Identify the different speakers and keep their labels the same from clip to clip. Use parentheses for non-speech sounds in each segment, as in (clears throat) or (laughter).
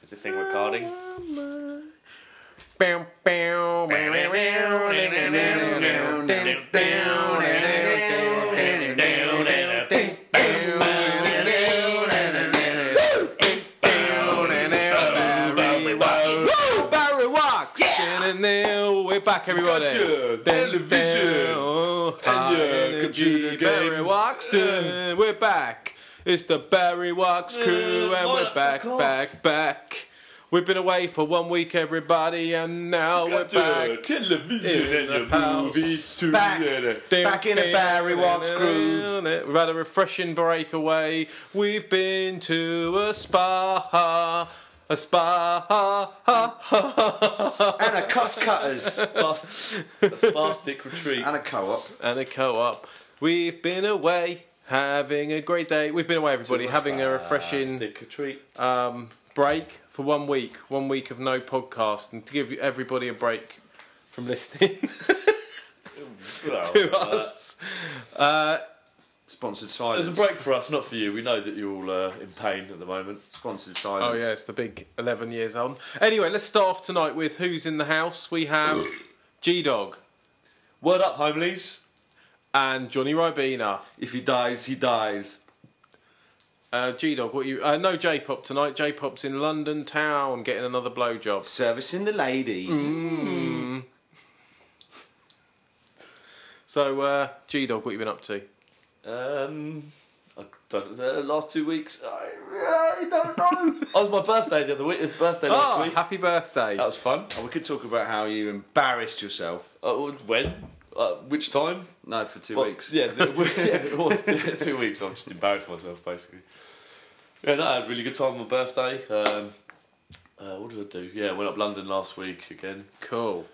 Speaker 1: this thing recording?
Speaker 2: Barry walks and then way back everybody.
Speaker 1: Gotcha.
Speaker 2: Then-
Speaker 1: Television.
Speaker 2: oh, high
Speaker 1: your
Speaker 2: energy.
Speaker 1: computer game.
Speaker 2: Barry walks. Then we're back. It's the Barry walks crew, and
Speaker 1: what
Speaker 2: we're
Speaker 1: the
Speaker 2: back,
Speaker 1: cough?
Speaker 2: back, back. We've been away for one week, everybody, and now we're back.
Speaker 1: Television
Speaker 2: in
Speaker 1: and
Speaker 2: the
Speaker 1: the
Speaker 2: house.
Speaker 1: movies too.
Speaker 3: Back.
Speaker 2: Back
Speaker 3: in a Barry Walks groove.
Speaker 2: We've had a refreshing breakaway. We've been to a spa. A spa.
Speaker 3: and a cuss
Speaker 1: (laughs)
Speaker 3: cutters
Speaker 1: Spastic retreat.
Speaker 3: and a co-op.
Speaker 2: And a co op. We've been away having a great day. We've been away, everybody, having a refreshing
Speaker 1: Spastic retreat.
Speaker 2: um, break for one week. One week of no podcast and to give everybody a break from listening (laughs)
Speaker 1: Well,
Speaker 2: to
Speaker 1: uh,
Speaker 2: us. Uh,
Speaker 3: Sponsored
Speaker 1: There's a
Speaker 3: silence.
Speaker 1: break for us, not for you. We know that you're all uh, in pain at the moment.
Speaker 3: Sponsored
Speaker 2: Oh
Speaker 3: silence.
Speaker 2: yeah, it's the big eleven years on. Anyway, let's start off tonight with who's in the house. We have G Dog
Speaker 1: Word up, homelies.
Speaker 2: and Johnny Ribena.
Speaker 3: If he dies, he dies.
Speaker 2: Uh, G Dog, what you? Uh, no J Pop tonight. J Pop's in London town getting another blowjob.
Speaker 3: Servicing the ladies.
Speaker 2: Mm. So uh, G Dog, what you been up to?
Speaker 1: Um, I don't, uh, last two weeks, I, I don't know. (laughs) Ah. oh, it was my birthday the other week. It was birthday last
Speaker 2: Oh,
Speaker 1: week.
Speaker 2: happy birthday!
Speaker 1: That was fun.
Speaker 3: And we could talk about how you embarrassed yourself.
Speaker 1: Uh, when? Uh, which time?
Speaker 3: No, for two
Speaker 1: Well, (laughs)
Speaker 3: weeks.
Speaker 1: Yeah, the- yeah, it was (laughs) two weeks. I've just embarrassed myself basically. Yeah, no, I had a really good time on my birthday. Um, uh, what did I do? Yeah, went up London last week again.
Speaker 2: Cool.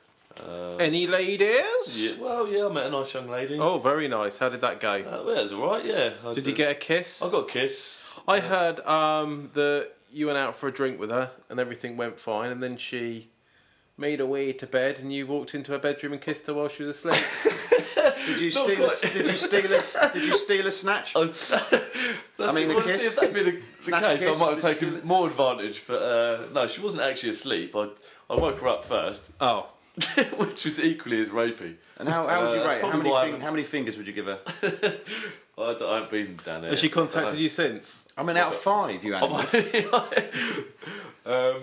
Speaker 1: Uh,
Speaker 2: Any ladies?
Speaker 1: yeah, well, yeah, I met a nice young lady.
Speaker 2: Oh, very nice. How did that go?
Speaker 1: Uh, yeah, it was alright, yeah. I
Speaker 2: Did you get a kiss?
Speaker 1: I got a kiss.
Speaker 2: I heard um, that you went out for a drink with her and everything went fine, and then she made her way to bed and you walked into her bedroom and kissed her while she was
Speaker 1: (laughs)
Speaker 2: asleep.
Speaker 3: Did you steal? A, did you steal a? Did you steal a snatch?
Speaker 1: I, was, That's-
Speaker 3: mean, a
Speaker 1: well, see,
Speaker 3: kiss-
Speaker 1: if that'd
Speaker 2: (laughs)
Speaker 1: been a- the
Speaker 3: snatch
Speaker 1: case,
Speaker 3: kiss,
Speaker 1: I might have
Speaker 3: did you
Speaker 1: taken
Speaker 3: still-
Speaker 1: more advantage. But uh, no, she wasn't actually asleep. I, I woke her up first, (laughs)
Speaker 2: oh,
Speaker 1: which was equally as rapey.
Speaker 3: And how, how would
Speaker 1: Uh,
Speaker 3: you
Speaker 1: that's
Speaker 3: rate? it? How
Speaker 1: probably
Speaker 3: many,
Speaker 1: why I
Speaker 3: fing-
Speaker 1: haven't-
Speaker 3: how many fingers would you give her?
Speaker 1: I, d- I haven't been down there.
Speaker 2: has she contacted you since?
Speaker 3: I mean, out of five, you animal.
Speaker 1: um,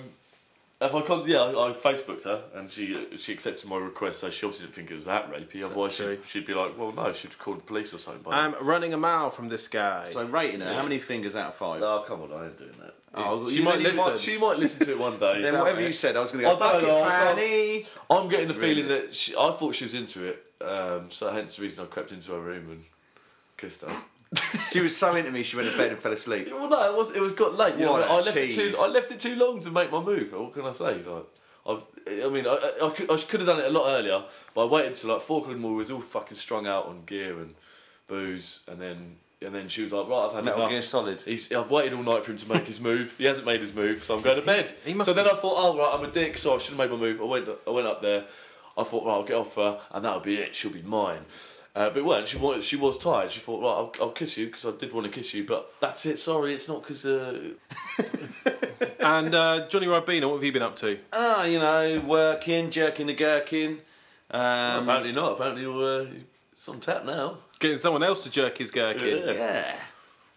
Speaker 1: if I con- yeah, I, I Facebooked her and she she accepted my request, so she obviously didn't think it was that rapey. Otherwise,
Speaker 2: true?
Speaker 1: she'd, she'd be like, "Well, no, she'd call the police or something."
Speaker 3: Um,
Speaker 1: By
Speaker 2: I'm running a mile from this guy.
Speaker 3: So rating her, how many fingers out of five?
Speaker 1: now. no, come on, I ain't doing that.
Speaker 3: Oh,
Speaker 2: She
Speaker 3: you
Speaker 2: might
Speaker 3: know,
Speaker 2: listen.
Speaker 1: She might listen to it one day.
Speaker 3: (laughs) Then whatever
Speaker 2: it.
Speaker 3: you said, I was going
Speaker 1: I
Speaker 3: to go.
Speaker 1: don't know,
Speaker 3: Bucket
Speaker 1: I don't-
Speaker 3: Fanny.
Speaker 1: I'm getting the feeling
Speaker 3: Really?
Speaker 1: that she, I thought she was into it, um, so hence the reason I crept into her room and kissed her.
Speaker 3: She was so into me, she went to bed and fell asleep.
Speaker 1: well, no, it was it was got late. You know,
Speaker 3: What
Speaker 1: I
Speaker 3: a
Speaker 1: left it too.
Speaker 3: tease.
Speaker 1: I left it too long to make my move. What can I say? Like, I've, I mean, I, I, I, could, I could have done it a lot earlier, but I waited till like four o'clock in the morning. We was all fucking strung out on gear and booze, and then and then she was like, "Right, I've had
Speaker 3: Metal
Speaker 1: enough."
Speaker 3: Gear Solid.
Speaker 1: He's, I've waited all night for him to make his move. He hasn't made his move, so I'm going to bed.
Speaker 2: he must
Speaker 1: so then
Speaker 2: be-
Speaker 1: I thought, oh right, I'm a dick, so I should have made my move. I went, I went up there. I thought, right, I'll get off her, and that'll be it. She'll be mine. Uh, but it weren't. She was, she was tired. She thought, right, I'll, I'll kiss you because I did want to kiss you, but that's it. Sorry, it's not because. Uh...
Speaker 2: and uh, Johnny Ribena, what have you been up to?
Speaker 3: Ah, you know, working, jerking the gherkin. Um,
Speaker 1: apparently not. Apparently, uh, it's on tap now.
Speaker 2: Getting someone else to jerk his gherkin.
Speaker 1: Yeah.
Speaker 3: yeah.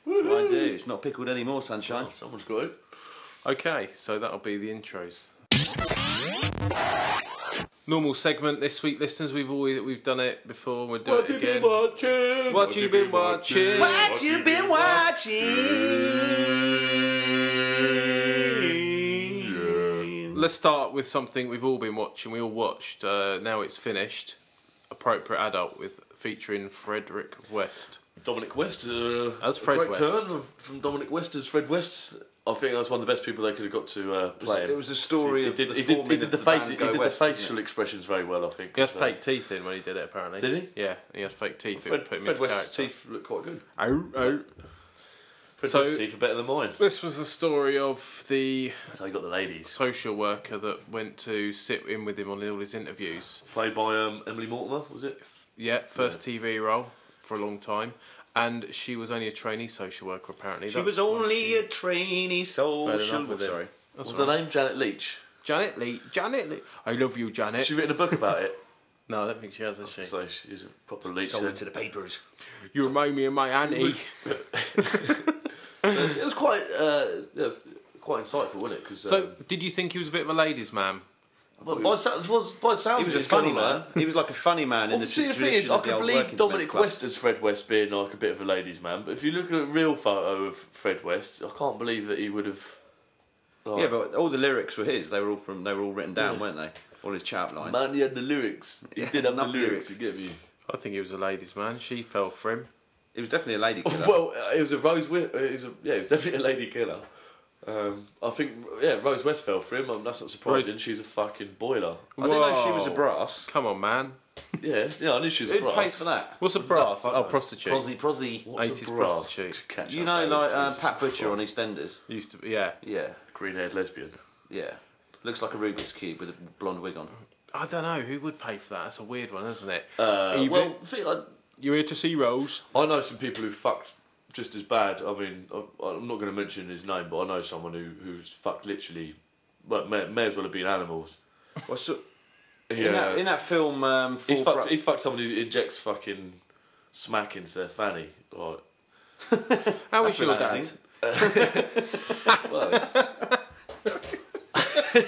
Speaker 3: What do I do? It's not pickled anymore, sunshine.
Speaker 1: Oh, someone's got it.
Speaker 2: Okay, so that'll be the intros. Normal segment this week, listeners. We've always we've done it before. We'll do it again.
Speaker 1: watching?
Speaker 2: What you been watching?
Speaker 3: What you been watching?
Speaker 2: Let's start with something we've all been watching. We all watched. Uh, now it's finished. Appropriate adult with featuring Frederick West.
Speaker 1: Dominic West. Uh,
Speaker 2: That's
Speaker 1: a
Speaker 2: Fred
Speaker 1: great
Speaker 2: West.
Speaker 1: turn of- from Dominic West as Fred West. I think that was one of the best people they could have got to uh, play. him.
Speaker 3: It was the story
Speaker 1: he
Speaker 3: of
Speaker 1: did,
Speaker 3: the
Speaker 1: he did,
Speaker 3: forming
Speaker 1: he did
Speaker 3: of
Speaker 1: the,
Speaker 3: the
Speaker 1: face,
Speaker 3: band
Speaker 1: he
Speaker 3: Go
Speaker 1: did the
Speaker 3: West, didn't
Speaker 1: facial expressions very well. I think
Speaker 2: He had
Speaker 1: So-
Speaker 2: fake teeth in when he did it, apparently.
Speaker 1: Did
Speaker 2: he? Yeah, he had fake teeth. it
Speaker 1: Fred,
Speaker 2: put him
Speaker 1: Fred
Speaker 2: into
Speaker 1: West's
Speaker 2: character.
Speaker 1: teeth look quite good.
Speaker 2: Ow, ow.
Speaker 1: Fred
Speaker 2: So-
Speaker 1: West's teeth are better than mine.
Speaker 2: This was the story of the
Speaker 1: So you got the ladies
Speaker 2: social worker that went to sit in with him on all his interviews.
Speaker 1: played by um, Emily Mortimer, was it?
Speaker 2: Yeah, first TV role for a long time. And she was only a trainee social worker, apparently.
Speaker 3: She was only a trainee
Speaker 2: fell in
Speaker 3: social.
Speaker 2: love with him.
Speaker 3: Sorry.
Speaker 2: That's
Speaker 1: was
Speaker 2: all
Speaker 1: her
Speaker 2: right.
Speaker 1: name Janet Leach?
Speaker 2: Janet Lee. Janet Lee. I love you, Janet.
Speaker 1: Has she written a book about (laughs) it?
Speaker 2: No, I don't think she has, has she?
Speaker 1: so she's a proper leech.
Speaker 4: Sold
Speaker 1: then.
Speaker 4: it to the papers.
Speaker 2: you remind me of my (laughs) auntie.
Speaker 1: (clears throat) It was- it was quite, uh, yeah, it was quite insightful, wasn't it? Because
Speaker 2: so, did you think he was a bit of a ladies' man?
Speaker 1: by, by, sa- was- by the sound
Speaker 3: He
Speaker 1: of
Speaker 3: was
Speaker 1: it,
Speaker 3: a
Speaker 1: he's
Speaker 3: funny
Speaker 1: got all
Speaker 3: man.
Speaker 1: that.
Speaker 3: He was like a funny man in
Speaker 1: Well,
Speaker 3: the
Speaker 1: see, the
Speaker 3: tradition
Speaker 1: thing is, I
Speaker 3: of the
Speaker 1: can
Speaker 3: old
Speaker 1: believe
Speaker 3: working
Speaker 1: Dominic
Speaker 3: club.
Speaker 1: West as Fred West being like a bit of a ladies' man, but if you look at a real photo of Fred West, I can't believe that he would have. like,
Speaker 3: Yeah, but all the lyrics were his. They were all from. They were all written down,
Speaker 1: Yeah.
Speaker 3: weren't they? All his chat lines.
Speaker 1: man, he had the lyrics. He did have the
Speaker 3: enough
Speaker 1: lyrics.
Speaker 3: lyrics.
Speaker 1: You get me?
Speaker 3: (laughs)
Speaker 2: I think he was a ladies' man. She fell for him.
Speaker 3: He was definitely a lady killer.
Speaker 1: Well, uh, it was a Rose. Wi- uh, It was a, yeah, it was (laughs) definitely a lady killer. Um, I think yeah, Rose West fell for him. Um, that's not surprising. She's a fucking boiler.
Speaker 3: I didn't know she was a
Speaker 2: Whoa.
Speaker 3: brass.
Speaker 2: Come on, man.
Speaker 1: Yeah, yeah, I knew she was a
Speaker 3: Who'd
Speaker 1: brass.
Speaker 3: pay for that?
Speaker 2: What's a brass?
Speaker 1: fuck
Speaker 2: Oh,
Speaker 1: knows?
Speaker 2: prostitute.
Speaker 3: Prosy, prosy.
Speaker 1: What's
Speaker 2: 80s
Speaker 1: a brass?
Speaker 2: prostitute.
Speaker 1: Catch
Speaker 3: You
Speaker 1: up,
Speaker 3: know,
Speaker 1: Dave,
Speaker 3: like um,
Speaker 1: Jesus
Speaker 3: Pat Butcher on
Speaker 1: Christ.
Speaker 3: EastEnders.
Speaker 2: Used to be, yeah.
Speaker 3: Yeah,
Speaker 1: green-haired lesbian.
Speaker 3: yeah. Looks like a Rubik's cube with a blonde wig on.
Speaker 2: I don't know. Who would pay for that? That's a weird one, isn't it?
Speaker 1: Uh,
Speaker 2: Even-
Speaker 1: well, thi- I,
Speaker 2: You're here to see Rose.
Speaker 1: I know some people who fucked just as bad. I mean, I, I'm not going to mention his name, but I know someone who who's fucked literally. Well, may, may as well have been animals.
Speaker 3: Well, so,
Speaker 1: Yeah,
Speaker 3: in, that, in that film, um,
Speaker 1: he's
Speaker 3: Four
Speaker 1: fucked.
Speaker 3: Bro-
Speaker 1: He's fucked someone who injects fucking smack into their fanny. Like,
Speaker 2: How was
Speaker 3: That's
Speaker 2: your dad?
Speaker 3: relaxing.
Speaker 2: (laughs)
Speaker 1: well, it's... (laughs)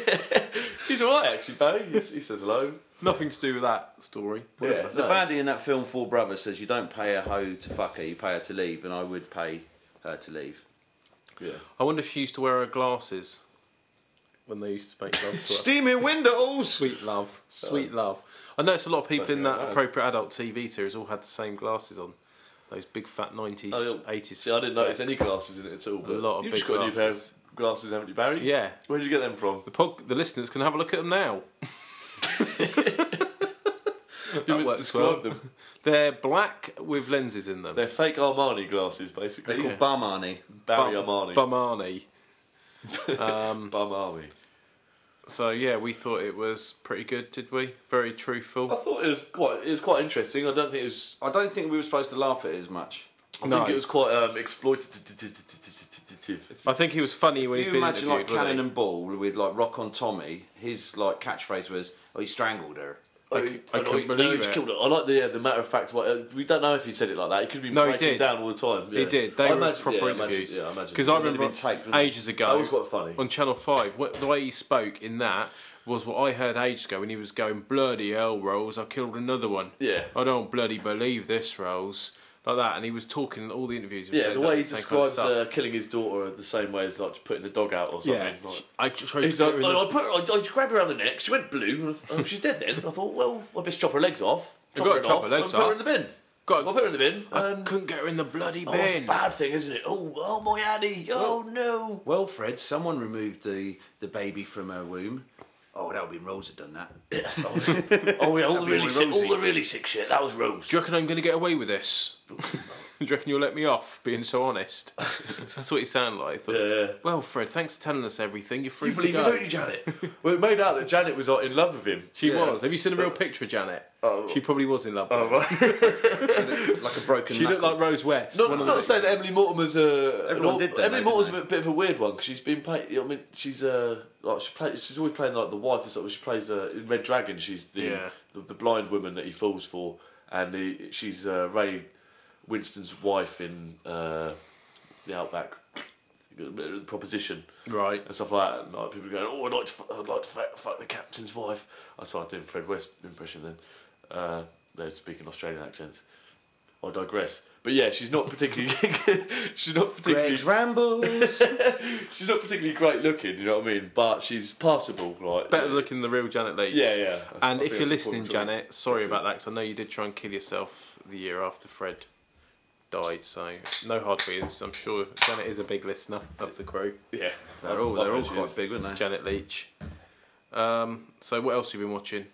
Speaker 1: he's all right actually, Barry. He's, he says hello.
Speaker 2: Nothing to do with that story.
Speaker 1: Yeah,
Speaker 3: the
Speaker 1: no,
Speaker 3: baddie in that film, Four Brothers, says you don't pay a hoe to fuck her, you pay her to leave, and I would pay her to leave.
Speaker 1: Yeah.
Speaker 2: I wonder if she used to wear her glasses when they used to make love to her.
Speaker 3: Steaming windows!
Speaker 2: Sweet love, sweet love. I noticed a lot of people
Speaker 1: Don't
Speaker 2: in
Speaker 1: know
Speaker 2: that
Speaker 1: that.
Speaker 2: appropriate adult TV series all had the same glasses on. Those big fat nineties,
Speaker 1: Oh, yeah.
Speaker 2: eighties.
Speaker 1: See, I didn't notice any glasses in it at all. But
Speaker 2: lot of
Speaker 1: you've just
Speaker 2: big
Speaker 1: got a new pair of
Speaker 2: glasses.
Speaker 1: glasses, haven't you, Barry?
Speaker 2: Yeah,
Speaker 1: Where did you get them from?
Speaker 2: the pod, the listeners can have a look at them now.
Speaker 1: You meant to
Speaker 2: works
Speaker 1: describe
Speaker 2: well.
Speaker 1: them.
Speaker 2: They're black with lenses in them.
Speaker 1: They're fake Armani glasses,
Speaker 3: They're
Speaker 1: basically.
Speaker 3: called Barmani.
Speaker 1: Barry
Speaker 2: Bum-
Speaker 1: Armani. Bum,
Speaker 2: Bumani. um,
Speaker 1: Army.
Speaker 2: so yeah, we thought it was pretty good, did we? Very truthful.
Speaker 1: I thought it was quite. It was quite interesting. I don't think it was.
Speaker 3: I don't think we were supposed to laugh at it as much.
Speaker 1: I
Speaker 2: No.
Speaker 1: think it was quite um, exploitative.
Speaker 2: I think he was funny when
Speaker 3: If
Speaker 2: he's
Speaker 3: you
Speaker 2: been
Speaker 3: imagine like
Speaker 2: interviewed. wasn't
Speaker 3: Cannon
Speaker 2: he?
Speaker 3: and Ball with like Rock on Tommy, his like catchphrase was, "Oh, he strangled her."
Speaker 1: I,
Speaker 2: I couldn't believe it.
Speaker 1: Killed it. I like the uh, the matter of fact. What, uh, we don't know if he said it like that. He could be
Speaker 2: No, he
Speaker 1: breaking
Speaker 2: did.
Speaker 1: down all the time. Yeah.
Speaker 2: He did. They
Speaker 1: I
Speaker 2: were
Speaker 1: imagine-
Speaker 2: proper
Speaker 1: yeah, I imagine-
Speaker 2: interviews.
Speaker 1: yeah, I imagine.
Speaker 2: Because I
Speaker 3: They'd have
Speaker 2: remember
Speaker 3: been taped, wouldn't
Speaker 2: ages ago.
Speaker 1: That was quite funny.
Speaker 2: On Channel Five, wh- the way he spoke in that was what I heard ages ago when he was going bloody hell, Rose. I killed another one.
Speaker 1: Yeah.
Speaker 2: I don't bloody believe this, Rose. Like that, and he was talking in all the interviews. he was
Speaker 1: Yeah,
Speaker 2: saying
Speaker 1: the way he
Speaker 2: exactly same kind of
Speaker 1: describes uh, killing his daughter the same way as like putting the dog out or
Speaker 2: stuff.
Speaker 1: something.
Speaker 2: yeah,
Speaker 1: like-
Speaker 2: I tried to
Speaker 1: He's
Speaker 2: get her in
Speaker 1: like, "Oh, I, I
Speaker 2: the-
Speaker 1: put her, I, I grabbed her around the neck. She went blue. And I, oh, she's dead then. I thought, well, I best chop her legs off.
Speaker 2: You've
Speaker 1: Chop
Speaker 2: got
Speaker 1: her
Speaker 2: to chop
Speaker 1: off,
Speaker 2: her legs
Speaker 1: and
Speaker 2: off.
Speaker 1: Put her in the bin.
Speaker 2: Got-
Speaker 1: so I put her in the bin.
Speaker 2: I
Speaker 1: And,
Speaker 2: couldn't get her in the bloody
Speaker 1: oh, it's a
Speaker 2: bin.
Speaker 1: bad thing, isn't it? Oh, oh my Annie. Oh no.
Speaker 3: Well, Fred, someone removed the the baby from her womb. Oh, that would be Rose had done that. (laughs)
Speaker 1: Oh yeah, all the
Speaker 3: That'd be
Speaker 1: really
Speaker 3: all
Speaker 1: sick,
Speaker 3: rosy.
Speaker 1: all the really sick shit. That was Rose.
Speaker 2: Do you reckon I'm going to get away with this? (laughs) Do you reckon you'll let me off being so honest? (laughs) That's what he sounded like. I thought,
Speaker 1: Yeah.
Speaker 2: Well, Fred, thanks for telling us everything. You're free
Speaker 1: You
Speaker 2: to
Speaker 1: believe me,
Speaker 2: go.
Speaker 1: don't
Speaker 2: (laughs)
Speaker 1: you, Janet? well, it made out that Janet was like, in love with him. (laughs)
Speaker 2: She
Speaker 3: Yeah.
Speaker 2: was. Have you seen a real picture of Janet?
Speaker 1: Oh.
Speaker 2: She probably was in love. With him.
Speaker 3: Like a
Speaker 1: (laughs)
Speaker 3: broken.
Speaker 2: She looked
Speaker 3: knuckle.
Speaker 2: like Rose West.
Speaker 1: Not,
Speaker 2: one of
Speaker 1: not
Speaker 2: the-
Speaker 1: saying that Emily Mortimer's a. an
Speaker 3: Everyone
Speaker 1: au-
Speaker 3: did that,
Speaker 1: Emily
Speaker 3: though,
Speaker 1: Mortimer's
Speaker 3: didn't
Speaker 1: a bit of a weird one because she's been playing. I mean, she's uh, like she play, She's always playing like the wife or something. She plays uh, in Red Dragon. She's the,
Speaker 2: Yeah.
Speaker 1: the the blind woman that he falls for, and he, she's uh, Ray Winston's wife in uh, the Outback the proposition
Speaker 2: Right.
Speaker 1: and stuff like that. And, like, people going, "Oh, I'd like to, fu- I'd like to fuck, fuck the captain's wife." I started doing Fred West impression then. Uh, they're speaking Australian accents. I digress. But yeah, she's not particularly. (laughs) she's not particularly. (laughs)
Speaker 3: Greg's rambles.
Speaker 1: She's not particularly great looking. You know what I mean? But she's passable. Like
Speaker 2: Better looking than the real Janet Leigh.
Speaker 1: Yeah, yeah. I- I
Speaker 2: And
Speaker 1: think
Speaker 2: if you're
Speaker 1: that's a
Speaker 2: listening,
Speaker 1: point,
Speaker 2: Janet, sorry about that 'cause I know you did try and kill yourself the year after Fred died. So no hard feelings. I'm sure Janet is a big listener of the crew.
Speaker 1: Yeah,
Speaker 3: they're all they're all quite big, weren't they?
Speaker 2: Janet Leach. Um, so what else have you been watching?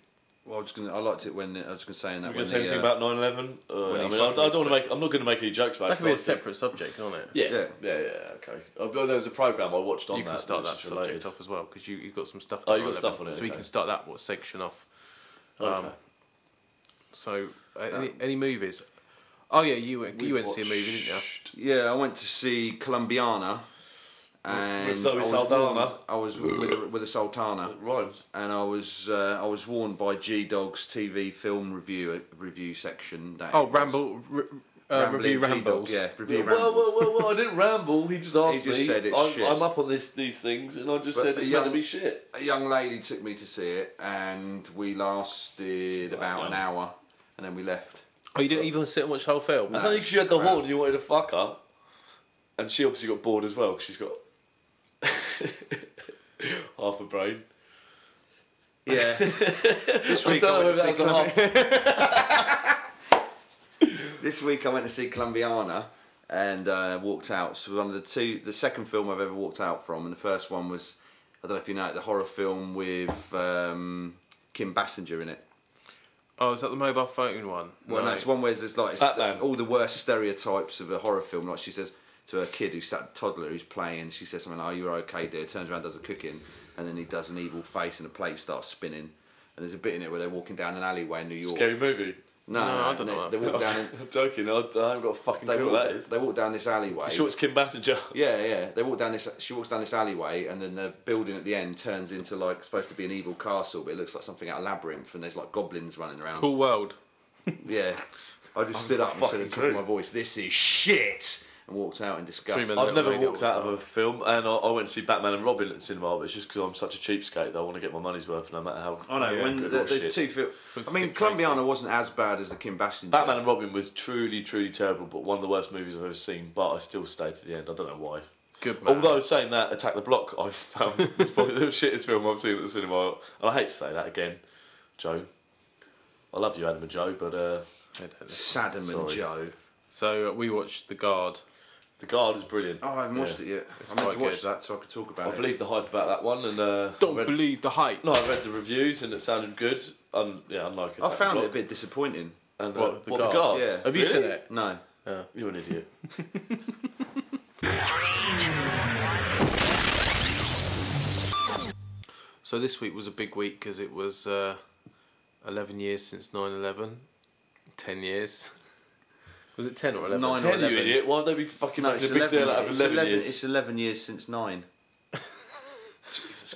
Speaker 3: Well, I was gonna, I liked it when I was gonna say in that.
Speaker 1: I'm gonna
Speaker 3: when
Speaker 1: say
Speaker 3: the,
Speaker 1: anything
Speaker 3: uh,
Speaker 1: about 9/11. Uh,
Speaker 3: when
Speaker 1: I
Speaker 3: he
Speaker 1: mean, I, I
Speaker 3: sucked
Speaker 1: don't want to make. I'm not gonna make any jokes about.
Speaker 2: That
Speaker 1: it.
Speaker 2: could be a
Speaker 1: 'cause I-
Speaker 2: separate subject, can't it?
Speaker 1: Yeah,
Speaker 3: Yeah.
Speaker 1: yeah, yeah. Okay. Uh, but There's a program I watched on
Speaker 2: You
Speaker 1: that.
Speaker 2: can start that
Speaker 1: that's just
Speaker 2: subject
Speaker 1: related.
Speaker 2: off as well because you, you've got some stuff. to
Speaker 1: Oh, you've
Speaker 2: highlight,
Speaker 1: got stuff on it,
Speaker 2: So we
Speaker 1: okay.
Speaker 2: can start that what section off.
Speaker 1: Okay.
Speaker 2: Um, So uh, any, any movies? Oh yeah, you went,
Speaker 1: We've
Speaker 2: you went to see a movie,
Speaker 1: watched-
Speaker 2: didn't you?
Speaker 3: Yeah, I went to see Columbiana and
Speaker 1: Zoe
Speaker 3: I was
Speaker 1: Saldana.
Speaker 3: warned- I was with a, with a Sultana,
Speaker 1: It rhymes.
Speaker 3: and I was uh, I was warned by G Dog's TV film review review section that
Speaker 2: Oh,
Speaker 3: it was
Speaker 2: ramble. r- Uh,
Speaker 3: rambling
Speaker 2: review
Speaker 3: G-Dog,
Speaker 2: rambles.
Speaker 3: yeah, review rambles.
Speaker 1: Well, well, well, well, I didn't ramble. He
Speaker 3: (laughs)
Speaker 1: just asked
Speaker 3: just
Speaker 1: me.
Speaker 3: said it's
Speaker 1: I'm,
Speaker 3: shit.
Speaker 1: I'm up on this these things, and I just
Speaker 3: But
Speaker 1: said
Speaker 3: the
Speaker 1: it's
Speaker 3: young-
Speaker 1: going to be shit.
Speaker 3: a young lady took me to see it, and we lasted about an hour, and then we left.
Speaker 2: Oh, you didn't even sit and watch the whole film.
Speaker 1: That's only because you had the horn. You wanted to fuck her, and she obviously got bored as well because she's got (laughs) half a brain.
Speaker 3: (laughs) Yeah. this
Speaker 1: I
Speaker 3: week
Speaker 1: don't
Speaker 3: I,
Speaker 1: know
Speaker 3: went
Speaker 1: if
Speaker 3: to see
Speaker 1: that was a
Speaker 3: Colum-
Speaker 1: half.
Speaker 3: this week I went to see Columbiana and uh, walked out. It's one of the two, the second film I've ever walked out from, and the first one was I don't know if you know it, the horror film with um, Kim Bassinger in it.
Speaker 2: Oh, is that the mobile phone one?
Speaker 3: Well,
Speaker 2: No.
Speaker 3: no, it's one where there's like
Speaker 1: Batman.
Speaker 3: all the worst stereotypes of a horror film. Like she says to her kid who's sat toddler who's playing, she says something like, "Oh, you're okay, dear." Turns around, does the cooking, and then he does an evil face, and the plate starts spinning. And there's a bit in it where they're walking down an alleyway in New (laughs) York.
Speaker 1: Scary movie.
Speaker 3: No,
Speaker 2: No, I don't
Speaker 3: they,
Speaker 2: know what
Speaker 3: They
Speaker 2: that
Speaker 3: walk down.
Speaker 1: (laughs) I'm joking. I, I haven't got a fucking
Speaker 3: They
Speaker 1: clue
Speaker 3: walk,
Speaker 1: what that is.
Speaker 3: they walk down this alleyway.
Speaker 1: I'm sure it's Kim Bassinger.
Speaker 3: Yeah, yeah. They walk down this. She walks down this alleyway, and then the building at the end turns into like supposed to be an evil castle, but it looks like something out of labyrinth, and there's like goblins running around.
Speaker 2: Cool world.
Speaker 3: Yeah. I just stood up and said at the top
Speaker 1: clue.
Speaker 3: of my voice, "This is shit," and walked out in disgust.
Speaker 2: Three minutes.
Speaker 1: I've
Speaker 2: Little
Speaker 1: never
Speaker 2: Lady
Speaker 1: walked out of a film, and I, I went to see Batman and Robin at the cinema, but it's just because I'm such a cheapskate that I want to get my money's worth, no matter how.
Speaker 3: I know
Speaker 1: yeah,
Speaker 3: when the,
Speaker 1: good
Speaker 3: the
Speaker 1: or shit.
Speaker 3: two fil-
Speaker 2: Puts
Speaker 3: I
Speaker 2: it
Speaker 3: mean,
Speaker 2: in place,
Speaker 3: Columbiana wasn't as bad as the Kim Bassinger.
Speaker 1: Batman and Robin was truly, truly terrible, but one of the worst movies I've ever seen. But I still stayed to the end. I don't know why.
Speaker 2: Good man.
Speaker 1: Although saying that, Attack the Block, I found (laughs) was probably the shittest film I've seen at the cinema, and I hate to say that again, Joe. I love you, Adam and Joe, but uh,
Speaker 2: I don't know.
Speaker 3: Saddam and
Speaker 1: Sorry.
Speaker 3: Joe.
Speaker 2: So uh, we watched The Guard.
Speaker 1: The Guard is brilliant.
Speaker 3: Oh, I haven't watched
Speaker 1: Yeah.
Speaker 3: it yet.
Speaker 2: It's
Speaker 3: I meant to
Speaker 2: quite
Speaker 3: watch
Speaker 2: good.
Speaker 3: that so I could talk about
Speaker 1: I
Speaker 3: it.
Speaker 1: believe the hype about that one, and uh, I
Speaker 2: Don't
Speaker 1: read,
Speaker 2: believe the hype.
Speaker 1: No, I read the reviews, and it sounded good. Um, yeah, unlike Attack
Speaker 3: I found
Speaker 1: the
Speaker 3: it a
Speaker 1: Block.
Speaker 3: bit disappointing.
Speaker 1: And, uh,
Speaker 2: What, The
Speaker 1: what,
Speaker 2: Guard?
Speaker 1: the Guard?
Speaker 3: Yeah.
Speaker 2: Have you seen it?
Speaker 3: No,
Speaker 1: You're an idiot.
Speaker 2: So this week was a big week because it was uh, 11 years since 9/11. 10 years. (laughs) Was it 10 or 11?
Speaker 3: Nine.
Speaker 1: Tell you
Speaker 3: 11.
Speaker 1: idiot. Why would they be fucking
Speaker 3: no,
Speaker 1: making
Speaker 3: it's
Speaker 1: a big
Speaker 3: eleven.
Speaker 1: deal out of
Speaker 3: it's,
Speaker 1: 11
Speaker 3: 11
Speaker 1: years?
Speaker 3: it's eleven years since nine.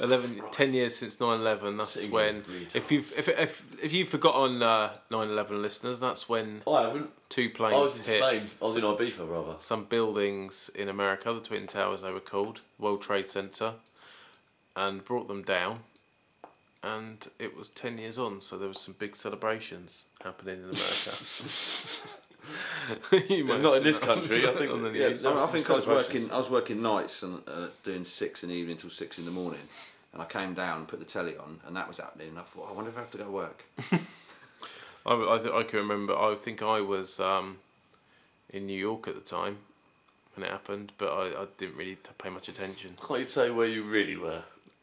Speaker 2: 11 10 years since 9/11. That's
Speaker 1: Sitting
Speaker 2: when
Speaker 1: with retards.
Speaker 2: if you've if if, if you've forgotten uh, 9/11 listeners, that's when
Speaker 1: I haven't.
Speaker 2: two
Speaker 1: I
Speaker 3: Oh,
Speaker 2: planes
Speaker 1: was in
Speaker 2: hit
Speaker 1: Spain. I was in Ibiza, rather.
Speaker 2: some buildings in America, the Twin Towers they were called, World Trade Center, and brought them down. And it was 10 years on, so there was some big celebrations happening in
Speaker 1: (laughs)
Speaker 2: America. (laughs) You might have
Speaker 1: not in
Speaker 2: seen
Speaker 1: this
Speaker 2: that on-
Speaker 1: country, I think-
Speaker 2: on the
Speaker 1: yeah,
Speaker 2: news.
Speaker 1: There
Speaker 3: I,
Speaker 1: were
Speaker 3: I
Speaker 1: some
Speaker 3: think I was
Speaker 1: celebrations.
Speaker 3: working. I was working nights and uh, doing six in the evening till six in the morning, and I came down, put the telly on, and that was happening. And I thought, I wonder if I have to go to work.
Speaker 2: I, I, th- I can remember, I think I was um, in New York at the time when it happened, but I, I didn't really t- pay much attention.
Speaker 1: Can't you say where you really were?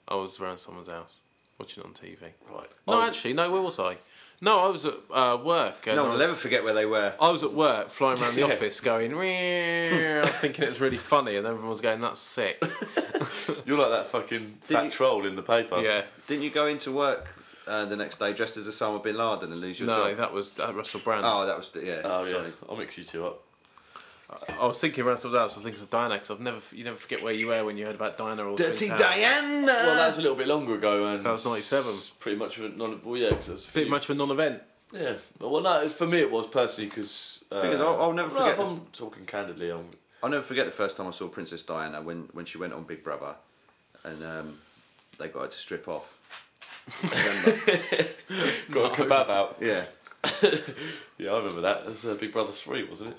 Speaker 2: I was around someone's house watching it on TV.
Speaker 1: Right.
Speaker 2: No,
Speaker 1: I was-
Speaker 2: actually, Oh, no, where was I? No, I was at uh, work. and I
Speaker 3: no one
Speaker 2: was-
Speaker 3: will ever forget where they were.
Speaker 2: I was at work flying around the
Speaker 1: (laughs) Yeah.
Speaker 2: office going,
Speaker 1: (laughs)
Speaker 2: "Meow," thinking it was really funny, and everyone was going, that's sick.
Speaker 1: You're like that fucking fat
Speaker 3: you-
Speaker 1: troll in the paper.
Speaker 2: yeah.
Speaker 3: Didn't you go into work uh, the next day dressed as Osama bin Laden and lose your
Speaker 2: No,
Speaker 3: job?
Speaker 2: that was that Russell Brand.
Speaker 3: Oh, that was the, yeah.
Speaker 1: Oh
Speaker 3: sorry.
Speaker 1: yeah. I'll mix you two up.
Speaker 2: I was thinking Russell Brand, I was thinking of Diana, because I've never, you never forget where you were when you heard about Diana or
Speaker 3: Dirty
Speaker 2: Three Towers.
Speaker 3: Diana.
Speaker 1: Well, that was a little bit longer ago, and
Speaker 2: That was 97.
Speaker 1: Pretty much of a non. Well, yeah, 'cause that's a
Speaker 2: Pretty
Speaker 1: few-
Speaker 2: much a non-event.
Speaker 1: Yeah, but well, no, for me it was personally because. Uh,
Speaker 3: Thing is, I'll- I'll never
Speaker 1: no,
Speaker 3: forget
Speaker 1: If
Speaker 3: the-
Speaker 1: I'm talking candidly, I'm.
Speaker 3: I'll never forget the first time I saw Princess Diana when, when she went on Big Brother, and um, they got her to strip off. Remember?
Speaker 1: Got a kebab out.
Speaker 3: yeah.
Speaker 1: Yeah, I remember that. It was uh, Big Brother 3, wasn't it?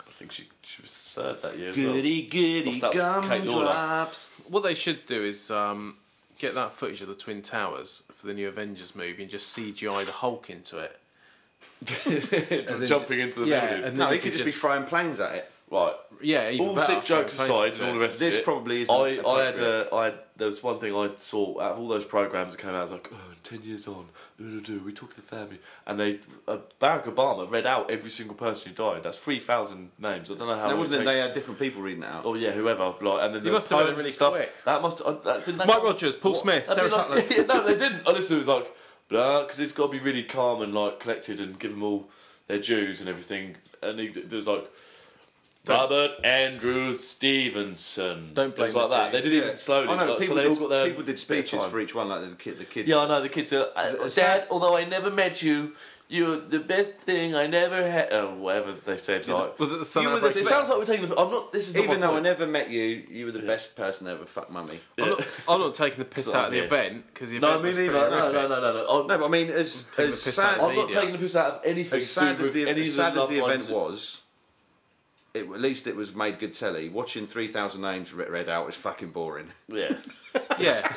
Speaker 1: I think she, she was third that year as well.
Speaker 3: Goody goody
Speaker 1: Well, that was Kate Lawler.
Speaker 3: gumdrops.
Speaker 2: What they should do is um, get that footage of the Twin Towers for the new Avengers movie and just CGI the Hulk into it.
Speaker 1: Just jumping into the
Speaker 2: Yeah,
Speaker 1: building.
Speaker 2: and
Speaker 3: No,
Speaker 2: then
Speaker 3: he
Speaker 2: you
Speaker 3: could
Speaker 2: could
Speaker 3: just be
Speaker 2: just-
Speaker 3: frying planes at it.
Speaker 1: Right.
Speaker 2: Yeah, even
Speaker 1: all
Speaker 2: better,
Speaker 1: sick jokes
Speaker 2: thanks
Speaker 1: aside
Speaker 2: to
Speaker 1: and all
Speaker 2: it.
Speaker 1: the rest
Speaker 3: This
Speaker 1: of it,
Speaker 3: probably isn't
Speaker 1: I, I had
Speaker 3: appropriate.
Speaker 1: a, I had, there was one thing I saw out of all those programs that came out. I was like, oh, 10 years on, do, do, do, we talk to the family, and they uh, Barack Obama read out every single person who died. That's three thousand names. I don't know how.
Speaker 3: No,
Speaker 1: long it
Speaker 3: wasn't it? They
Speaker 1: takes-
Speaker 3: had different people reading it out.
Speaker 1: Oh yeah, whoever. Like, and then
Speaker 2: You
Speaker 1: the
Speaker 2: must have done it
Speaker 1: poems
Speaker 2: really
Speaker 1: and stuff.
Speaker 2: quick.
Speaker 1: That must. Uh, that, didn't they
Speaker 2: Mike Rogers, Paul Smith,
Speaker 1: That'd
Speaker 2: Sarah
Speaker 1: be
Speaker 2: Chatterley.
Speaker 1: like, (laughs) No, they didn't. I listened. It was like blah because it's got to be really calm and like collected and give them all their dues and everything. And he d- there was like Robert Andrew Stevenson.
Speaker 4: Don't blame
Speaker 1: It was like
Speaker 4: the
Speaker 1: that. They did it
Speaker 3: Yeah.
Speaker 1: even slowly.
Speaker 3: I
Speaker 1: like,
Speaker 3: know,
Speaker 1: so
Speaker 3: people
Speaker 1: they
Speaker 3: did,
Speaker 1: all got their
Speaker 3: people did
Speaker 1: spare
Speaker 3: speeches
Speaker 1: time.
Speaker 3: for each one, like the kid, the kids.
Speaker 1: Yeah, I know the kids are. Uh,
Speaker 3: is
Speaker 1: Dad,
Speaker 3: that-
Speaker 1: although I never met you, you're the best thing I never had. Uh, whatever they said, like.
Speaker 2: Was it the sun?
Speaker 3: You
Speaker 2: I
Speaker 3: were
Speaker 2: break-
Speaker 3: the
Speaker 1: It sounds like we're taking. The, I'm not. This is not
Speaker 3: Even
Speaker 1: my
Speaker 3: though I
Speaker 1: point.
Speaker 3: never met you, you were the best person I ever fucked mummy.
Speaker 2: I'm, not, I'm not taking the piss
Speaker 1: Sort of,
Speaker 2: out of the
Speaker 1: yeah.
Speaker 2: event because the
Speaker 1: No,
Speaker 2: event
Speaker 1: me
Speaker 2: was
Speaker 1: neither.
Speaker 2: pretty
Speaker 1: No,
Speaker 2: horrific.
Speaker 1: no, no, no, no. I'm,
Speaker 3: No, but I mean, as
Speaker 2: Taking
Speaker 3: as
Speaker 2: the piss out
Speaker 3: sad,
Speaker 2: of
Speaker 1: I'm not
Speaker 2: media.
Speaker 1: taking the piss out of anything. to
Speaker 3: as
Speaker 1: do
Speaker 3: sad as
Speaker 1: with
Speaker 3: the
Speaker 1: any of
Speaker 3: as sad as
Speaker 1: loved
Speaker 3: the event
Speaker 1: ones-
Speaker 3: was, it, at least it was made good telly. Watching three thousand names re- read out is fucking boring. (laughs)
Speaker 1: Yeah,
Speaker 2: Yeah.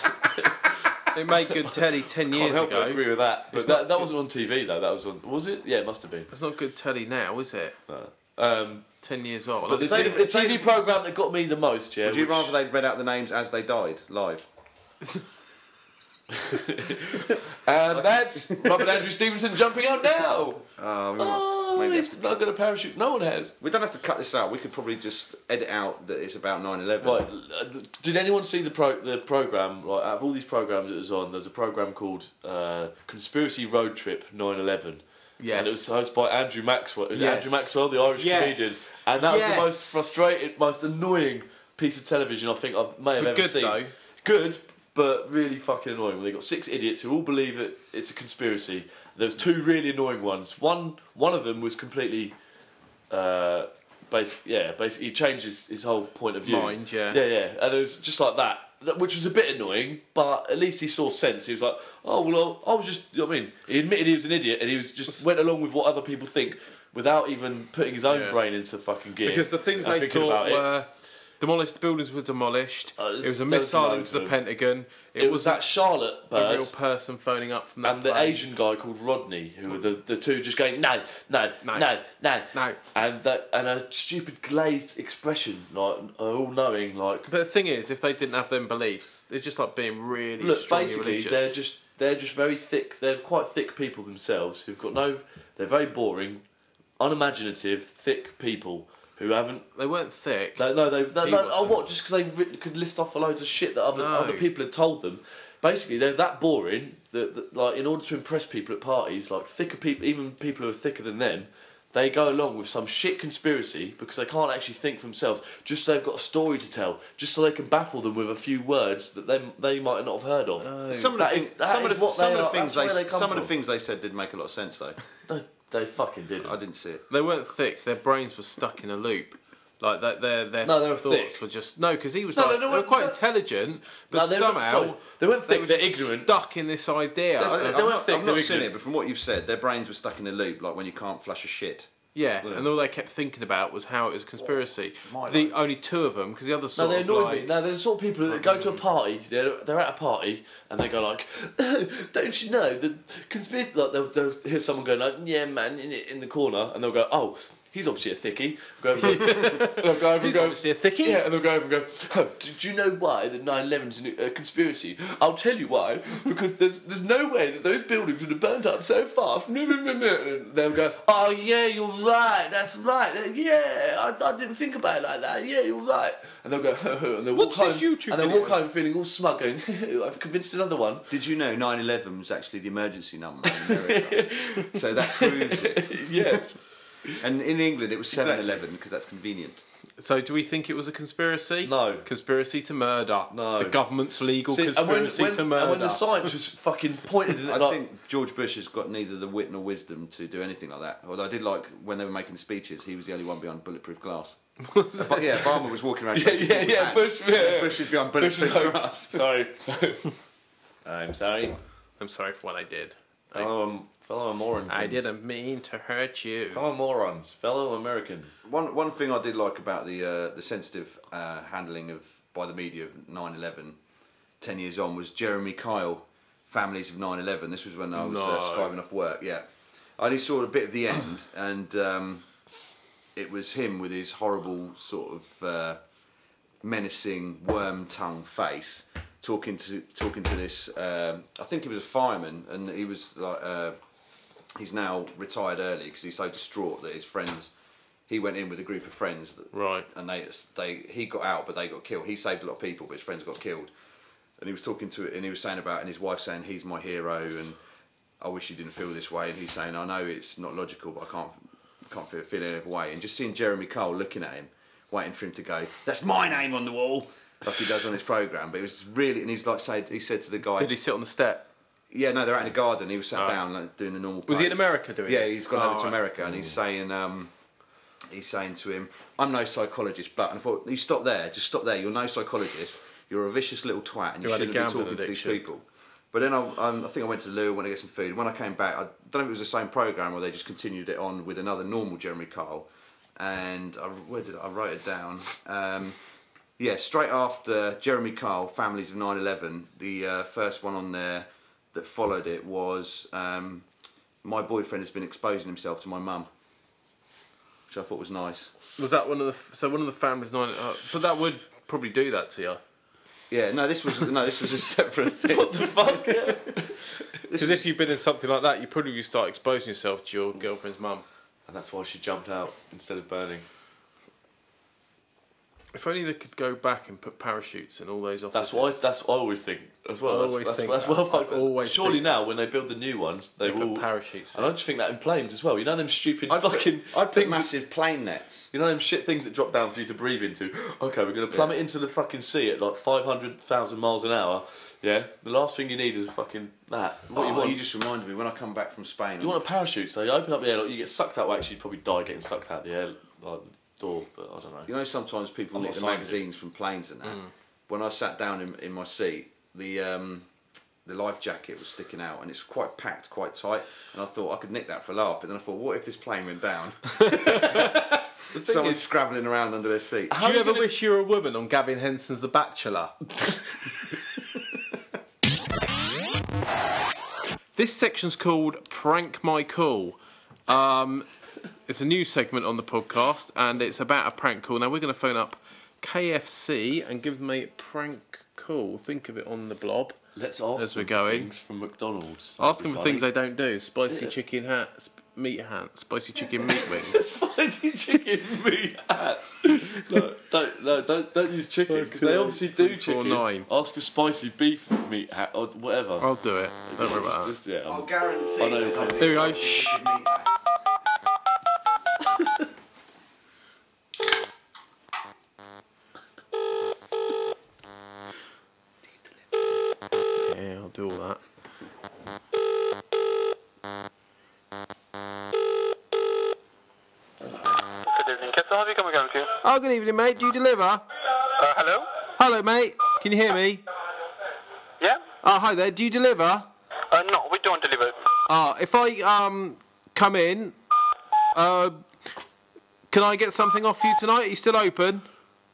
Speaker 2: it made good telly 10
Speaker 1: can't
Speaker 2: years
Speaker 1: help
Speaker 2: ago.
Speaker 1: but agree with that. But
Speaker 2: It's
Speaker 1: that,
Speaker 2: not
Speaker 1: that
Speaker 2: good.
Speaker 1: wasn't on TV though. That was on. Was it? Yeah, it must have been.
Speaker 2: It's not good telly now, is it?
Speaker 1: No. Um,
Speaker 2: 10 years old.
Speaker 1: but the,
Speaker 3: say
Speaker 1: t-
Speaker 3: the-
Speaker 1: the TV program that got me the most. Yeah.
Speaker 3: Would you
Speaker 1: which-
Speaker 3: rather they read out the names as they died live?
Speaker 1: And that's Um, Robert Andrew Stevenson jumping out now.
Speaker 3: Uh, we,
Speaker 1: Oh,
Speaker 3: might- (laughs) maybe
Speaker 1: he's not got a parachute. No one has.
Speaker 3: we don't have to cut this out. We could probably just edit out that it's about 9-11.
Speaker 1: Right. uh, th- Did anyone see the pro- the program? Right. Out of all these programs it was on, there's a program called uh, Conspiracy Road Trip 9/11.
Speaker 2: Yes.
Speaker 1: And it was hosted by Andrew Maxwell. It was
Speaker 2: Yes.
Speaker 1: Andrew Maxwell, the Irish
Speaker 2: Yes.
Speaker 1: comedian, and that was
Speaker 2: Yes.
Speaker 1: the most frustrating, most annoying piece of television I think I may have
Speaker 2: But
Speaker 1: ever
Speaker 2: good,
Speaker 1: seen.
Speaker 2: though.
Speaker 1: Good, but really fucking annoying. When they got six idiots who all believe it, it's a conspiracy. There's two really annoying ones. One one of them was completely uh, basically, yeah, basically, he changed his, his whole point of view.
Speaker 2: Mind, yeah.
Speaker 1: Yeah, yeah. And it was just like that, that- which was a bit annoying, but at least he saw sense. He was like, oh, well, I I was just, you know what I mean, he admitted he was an idiot and he was just went along with what other people think without even putting his own
Speaker 2: Yeah.
Speaker 1: brain into fucking gear.
Speaker 2: Because the things
Speaker 1: and
Speaker 2: they
Speaker 1: thinking
Speaker 2: thought
Speaker 1: about it.
Speaker 2: were demolished, the buildings were demolished.
Speaker 1: Oh, there's-
Speaker 2: it was a
Speaker 1: there's
Speaker 2: missile
Speaker 1: loads
Speaker 2: into the
Speaker 1: of them.
Speaker 2: Pentagon. It,
Speaker 1: It, was
Speaker 2: a-
Speaker 1: that Charlotte
Speaker 2: a
Speaker 1: bird
Speaker 2: real person phoning up from that
Speaker 1: and the
Speaker 2: plane.
Speaker 1: Asian guy called Rodney, who were the, the two just going, no, no,
Speaker 2: No.
Speaker 1: no, no, no.
Speaker 2: No.
Speaker 1: And, that, and a stupid glazed expression, like, all knowing, like,
Speaker 2: But the thing is, if they didn't have them beliefs, they're just like being really
Speaker 1: look,
Speaker 2: strongly
Speaker 1: basically,
Speaker 2: religious.
Speaker 1: they're just they're just very thick. They're quite thick people themselves who've got no. They're very boring, unimaginative, thick people who haven't.
Speaker 2: They weren't thick.
Speaker 1: No, no, they. they
Speaker 2: He
Speaker 1: no, oh,
Speaker 2: wasn't.
Speaker 1: what? Just because they writ- could list off a loads of shit that other
Speaker 2: No.
Speaker 1: other people had told them. Basically, they're that boring that, that, like, in order to impress people at parties, like thicker people, even people who are thicker than them. They go along with some shit conspiracy because they can't actually think for themselves, just so they've got a story to tell, just so they can baffle them with a few words that they, they might not have heard of.
Speaker 3: Some of the,
Speaker 1: That
Speaker 3: things,
Speaker 1: is- that
Speaker 3: some of
Speaker 1: is
Speaker 3: the,
Speaker 1: what
Speaker 3: some
Speaker 1: they
Speaker 3: of the
Speaker 1: are-
Speaker 3: things they,
Speaker 1: that's where they come
Speaker 3: some of the
Speaker 1: from.
Speaker 3: things they said did make a lot of sense though.
Speaker 1: They, they fucking did.
Speaker 3: I
Speaker 1: not
Speaker 3: didn't see it.
Speaker 2: They weren't thick. Their brains were stuck in a loop. Like that, their their
Speaker 1: No, they were
Speaker 2: thoughts
Speaker 1: thick.
Speaker 2: were just no, because he was
Speaker 1: No,
Speaker 2: like
Speaker 1: no, no,
Speaker 2: they were
Speaker 1: no,
Speaker 2: quite
Speaker 1: no.
Speaker 2: intelligent, but
Speaker 1: they weren't-
Speaker 2: somehow
Speaker 1: sorry, they weren't thick.
Speaker 2: were
Speaker 1: They're
Speaker 2: just
Speaker 1: ignorant.
Speaker 2: stuck in this idea.
Speaker 3: I,
Speaker 2: of-
Speaker 3: am
Speaker 1: they were
Speaker 3: not,
Speaker 1: thick,
Speaker 3: I've
Speaker 1: they
Speaker 3: not
Speaker 1: were
Speaker 3: seen
Speaker 1: good.
Speaker 3: it, but from what you've said, their brains were stuck in a loop, like when you can't flush a shit.
Speaker 2: Yeah, and all they kept thinking about was how it was a conspiracy. the only two of them, because the other
Speaker 1: No,
Speaker 2: sort
Speaker 1: they
Speaker 2: of
Speaker 1: annoy
Speaker 2: like,
Speaker 1: me. No, they're the sort of people that go to a party. They're, they're at a party and they go like, (laughs) "Don't you know the conspiracy?" Like they'll, they'll hear someone going like, "Yeah, man," in, in the corner, and they'll go, "Oh, he's obviously a thickie." Go over, (laughs) they'll go over
Speaker 2: He's
Speaker 1: and go,
Speaker 2: obviously a thickie.
Speaker 1: Yeah, and they'll go over and go, oh, did you know why the 9-11's a a uh, conspiracy? I'll tell you why, (laughs) because there's there's no way that those buildings would have burnt up so fast. (laughs) No, no, no, no. And they'll go, oh yeah, you're right, that's right, Uh, yeah, I, I didn't think about it like that, yeah, you're right. And they'll go, (laughs) and they'll walk
Speaker 2: Watch
Speaker 1: home,
Speaker 2: this YouTube
Speaker 1: and they'll
Speaker 2: video.
Speaker 1: walk home feeling all smug going, (laughs) I've convinced
Speaker 2: (laughs)
Speaker 1: another one. (laughs)
Speaker 3: Did you know 9/11 was actually the emergency number? In America? so that proves it.
Speaker 1: yeah.
Speaker 3: And in England, it was 7/11
Speaker 1: Exactly.
Speaker 3: because that's convenient.
Speaker 2: So, do we think it was a conspiracy?
Speaker 1: No.
Speaker 2: Conspiracy to murder.
Speaker 1: No.
Speaker 2: The government's legal
Speaker 1: See, and, when,
Speaker 2: conspiracy
Speaker 1: when,
Speaker 2: to
Speaker 1: and
Speaker 2: murder.
Speaker 1: when the science was fucking pointed in
Speaker 3: I
Speaker 1: it, like, (laughs)
Speaker 3: think George Bush has got neither the wit nor wisdom to do anything like that. Although I did like when they were making speeches, he was the only one behind bulletproof glass. But yeah, Obama was walking around.
Speaker 1: (laughs) Yeah, yeah, yeah, Bush- yeah.
Speaker 3: Bush is behind
Speaker 1: Bush
Speaker 3: bulletproof
Speaker 1: was like, (laughs)
Speaker 3: glass.
Speaker 1: sorry, sorry. I'm sorry.
Speaker 2: (laughs) I'm sorry for what I did. I,
Speaker 1: Fellow, fellow morons.
Speaker 2: I didn't mean to hurt you.
Speaker 1: Fellow morons, fellow Americans.
Speaker 3: One one thing I did like about the uh, the sensitive uh, handling of by the media of 9/11, 10 years on, was Jeremy Kyle, Families of 9/11. This was when I was
Speaker 2: No.
Speaker 3: uh, scribing off work. Yeah, I only saw a bit of the end, and um, it was him with his horrible sort of uh, menacing worm tongue face talking to talking to this. Um, I think he was a fireman, and he was like. Uh, he's now retired early because he's so distraught that his friends he went in with a group of friends that,
Speaker 2: Right.
Speaker 3: and they they he got out but they got killed he saved a lot of people but his friends got killed and he was talking to and he was saying about and his wife saying he's my hero and I wish you didn't feel this way and he's saying I know it's not logical but I can't can't feel, feel any other way and just seeing Jeremy Cole looking at him waiting for him to go. That's my name on the wall, like he does on his program. But it was really, and he's like said, he said to the guy,
Speaker 2: Did he sit on the step?
Speaker 3: yeah, no, they're out in the garden. He was sat
Speaker 2: Oh.
Speaker 3: down like, doing the normal.
Speaker 2: Was he in
Speaker 3: pose.
Speaker 2: America doing
Speaker 3: Yeah,
Speaker 2: this?
Speaker 3: he's gone
Speaker 2: Oh,
Speaker 3: over to
Speaker 2: right.
Speaker 3: America, and he's saying, um, he's saying to him, "I'm no psychologist, but and I thought you stop there, just stop there. You're no psychologist. You're a vicious little twat, and you
Speaker 2: Who had a
Speaker 3: shouldn't be
Speaker 2: gambling
Speaker 3: talking to these
Speaker 2: addiction.
Speaker 3: people." But then I, um, I think I went to the loo, went to get some food. When I came back, I don't know if it was the same program or they just continued it on with another normal Jeremy Kyle. And I, where did I, I wrote it down? Um, yeah, straight after Jeremy Kyle, Families of 9 11, the uh, first one on there that followed it was um, My Boyfriend Has Been Exposing Himself to My Mum, which I thought was nice.
Speaker 2: Was that one of the f- so one of the families? Nine, uh, but that would probably do that to you.
Speaker 3: Yeah, no, this was no, this
Speaker 1: (laughs)
Speaker 3: was a separate thing.
Speaker 2: Because if you've been in something like that, you probably would start exposing yourself to your girlfriend's mum.
Speaker 1: And that's why she jumped out instead of burning.
Speaker 2: If only they could go back and put parachutes in all those offices.
Speaker 1: That's what I, that's what I always think as well.
Speaker 2: I
Speaker 1: That's,
Speaker 2: always
Speaker 1: that's,
Speaker 2: think
Speaker 1: that's
Speaker 2: that.
Speaker 1: well
Speaker 2: I
Speaker 1: fucked. up.
Speaker 2: always
Speaker 1: Surely
Speaker 2: think
Speaker 1: now, when they build the new ones,
Speaker 2: they
Speaker 1: they, will.
Speaker 2: put parachutes.
Speaker 1: And I just think that in planes as well. You know them stupid fucking
Speaker 3: I'd put
Speaker 1: things. that-
Speaker 3: massive plane nets.
Speaker 1: you know them shit things that drop down for you to breathe into. (gasps) Okay, we're gonna plummet into the fucking sea at like five hundred thousand miles an hour. Yeah, the last thing you need is fucking that. What
Speaker 3: oh,
Speaker 1: you want? You,
Speaker 3: just reminded me when I come back from Spain. I'm-
Speaker 1: want a parachute, so you open up the airlock, you get sucked out. Well, actually, you'd probably die getting sucked out the air, like the door. But I don't know.
Speaker 3: You know, sometimes people
Speaker 1: I'm
Speaker 3: nick
Speaker 1: not
Speaker 3: the
Speaker 1: a scientist. Mm.
Speaker 3: magazines from planes and that. When I sat down in, in my seat, the um, the life jacket was sticking out, and it's quite packed, quite tight. And I thought I could nick that for a laugh, but then I thought, what if this plane
Speaker 1: (laughs)
Speaker 3: went down? (laughs) Someone's scrabbling around under their seat.
Speaker 2: Do you ever wish you were a woman on Gavin Henson's The Bachelor? this section's called Prank My Call. Um, it's a new segment on the podcast, and it's about a prank call. Now we're going to phone up KFC and give them a prank call. Think of it on the blob.
Speaker 1: Let's ask
Speaker 2: As we're
Speaker 1: them for
Speaker 2: going.
Speaker 1: things from McDonald's.
Speaker 2: Ask them for
Speaker 1: That'd be
Speaker 2: things
Speaker 1: (laughs) funny.
Speaker 2: they don't do: spicy chicken hat, sp- meat hat, spicy chicken
Speaker 1: (laughs)
Speaker 2: meat wings.
Speaker 1: spicy chicken (laughs) meat hats. No, don't, no, don't, don't use chicken because they
Speaker 2: Four,
Speaker 1: obviously do
Speaker 2: four,
Speaker 1: chicken.
Speaker 2: nine.
Speaker 1: Ask for spicy beef meat hat or whatever.
Speaker 2: I'll do it. Don't worry about
Speaker 1: just,
Speaker 2: it.
Speaker 1: just, yeah,
Speaker 3: I'll
Speaker 1: I'm-
Speaker 3: guarantee.
Speaker 1: I know you're
Speaker 3: that
Speaker 1: coming.
Speaker 2: There we go. Shh.
Speaker 3: I'll meet us.
Speaker 2: Yeah, I'll do all that.
Speaker 4: Good evening, Captain. How have you come again to? Uh,
Speaker 2: Oh, good evening, mate. Do you deliver?
Speaker 4: hello?
Speaker 2: Hello, mate. Can you hear me?
Speaker 4: Yeah?
Speaker 2: Oh, hi there. Do you deliver?
Speaker 4: Uh, no, we don't deliver.
Speaker 2: Oh, if I um come in, uh, can I get something off you tonight? Are you still open?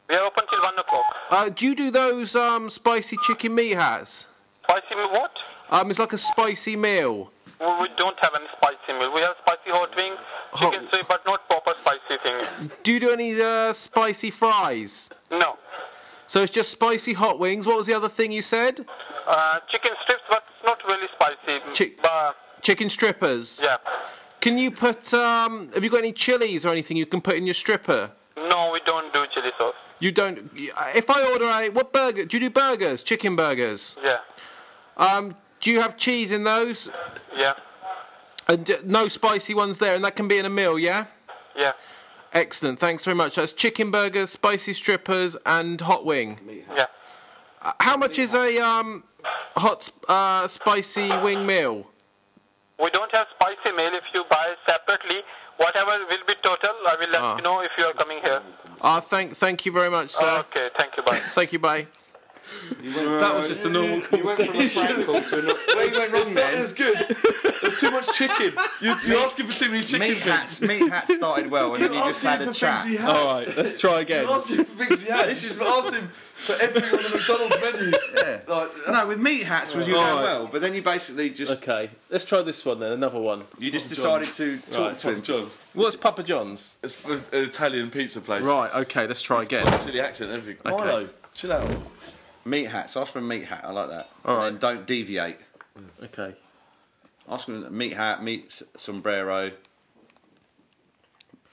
Speaker 4: We are open till 1 o'clock.
Speaker 2: Uh, do you do those um spicy chicken meat hats?
Speaker 4: Spicy meal, what?
Speaker 2: Um, it's like a spicy meal.
Speaker 4: We- We don't have any spicy meal. We have spicy hot wing, chicken strip, but not proper spicy thing.
Speaker 2: Do you do any uh, spicy fries?
Speaker 4: No.
Speaker 2: So it's just spicy hot wings. What was the other thing you said?
Speaker 4: Uh, chicken strips, but it's not really spicy.
Speaker 2: Chick-
Speaker 4: But,
Speaker 2: Chicken strippers.
Speaker 4: yeah.
Speaker 2: Can you put um? Have you got any chilies or anything you can put in your stripper?
Speaker 4: No, we don't do chili sauce.
Speaker 2: You don't. If I order a what burger? Do you do burgers? Chicken burgers?
Speaker 4: Yeah.
Speaker 2: Um, do you have cheese in those?
Speaker 4: Yeah.
Speaker 2: And uh, no spicy ones there, and that can be in a meal, yeah.
Speaker 4: Yeah.
Speaker 2: Excellent. Thanks very much. That's chicken burgers, spicy strippers, and hot wing.
Speaker 4: Yeah.
Speaker 2: Uh, How much is a um hot sp- uh, spicy wing meal?
Speaker 4: We don't have spicy meal. If you buy separately, whatever will be total, I will let
Speaker 2: Ah.
Speaker 4: you know if you are coming here.
Speaker 2: Uh, thank thank you very much, sir.
Speaker 4: Okay, thank you. Bye.
Speaker 2: Thank you. Bye. That was just a normal.
Speaker 3: You went from a prank call to a no- Where you went wrong
Speaker 1: That
Speaker 3: then?
Speaker 1: is good. There's too much chicken. You, you're asking for too many (laughs) chicken
Speaker 3: Meat
Speaker 1: things.
Speaker 3: hats. Meat hats started well, and then you
Speaker 1: You're
Speaker 3: just had
Speaker 1: asking
Speaker 3: a
Speaker 1: for things
Speaker 3: chat. Oh.
Speaker 1: he had.
Speaker 2: All right, let's try again.
Speaker 1: You're asking for things he had. You should have asked him for everything on the McDonald's menu.
Speaker 3: Yeah.
Speaker 1: Like,
Speaker 3: No, with meat hats was you
Speaker 2: Right.
Speaker 3: doing well, but then you basically just
Speaker 2: Okay, let's try this one then. Another one.
Speaker 3: you just decided to talk
Speaker 2: Right.
Speaker 3: to him.
Speaker 1: John's.
Speaker 2: What's Papa John's?
Speaker 1: It's, it's an Italian pizza place.
Speaker 2: Right. Okay, let's try again.
Speaker 1: Silly accent, and everything. Milo, chill out.
Speaker 3: Meat hats. Ask for a meat hat. I like that.
Speaker 2: All
Speaker 3: And then don't deviate.
Speaker 2: Okay.
Speaker 3: Ask him a meat hat, meat s- sombrero.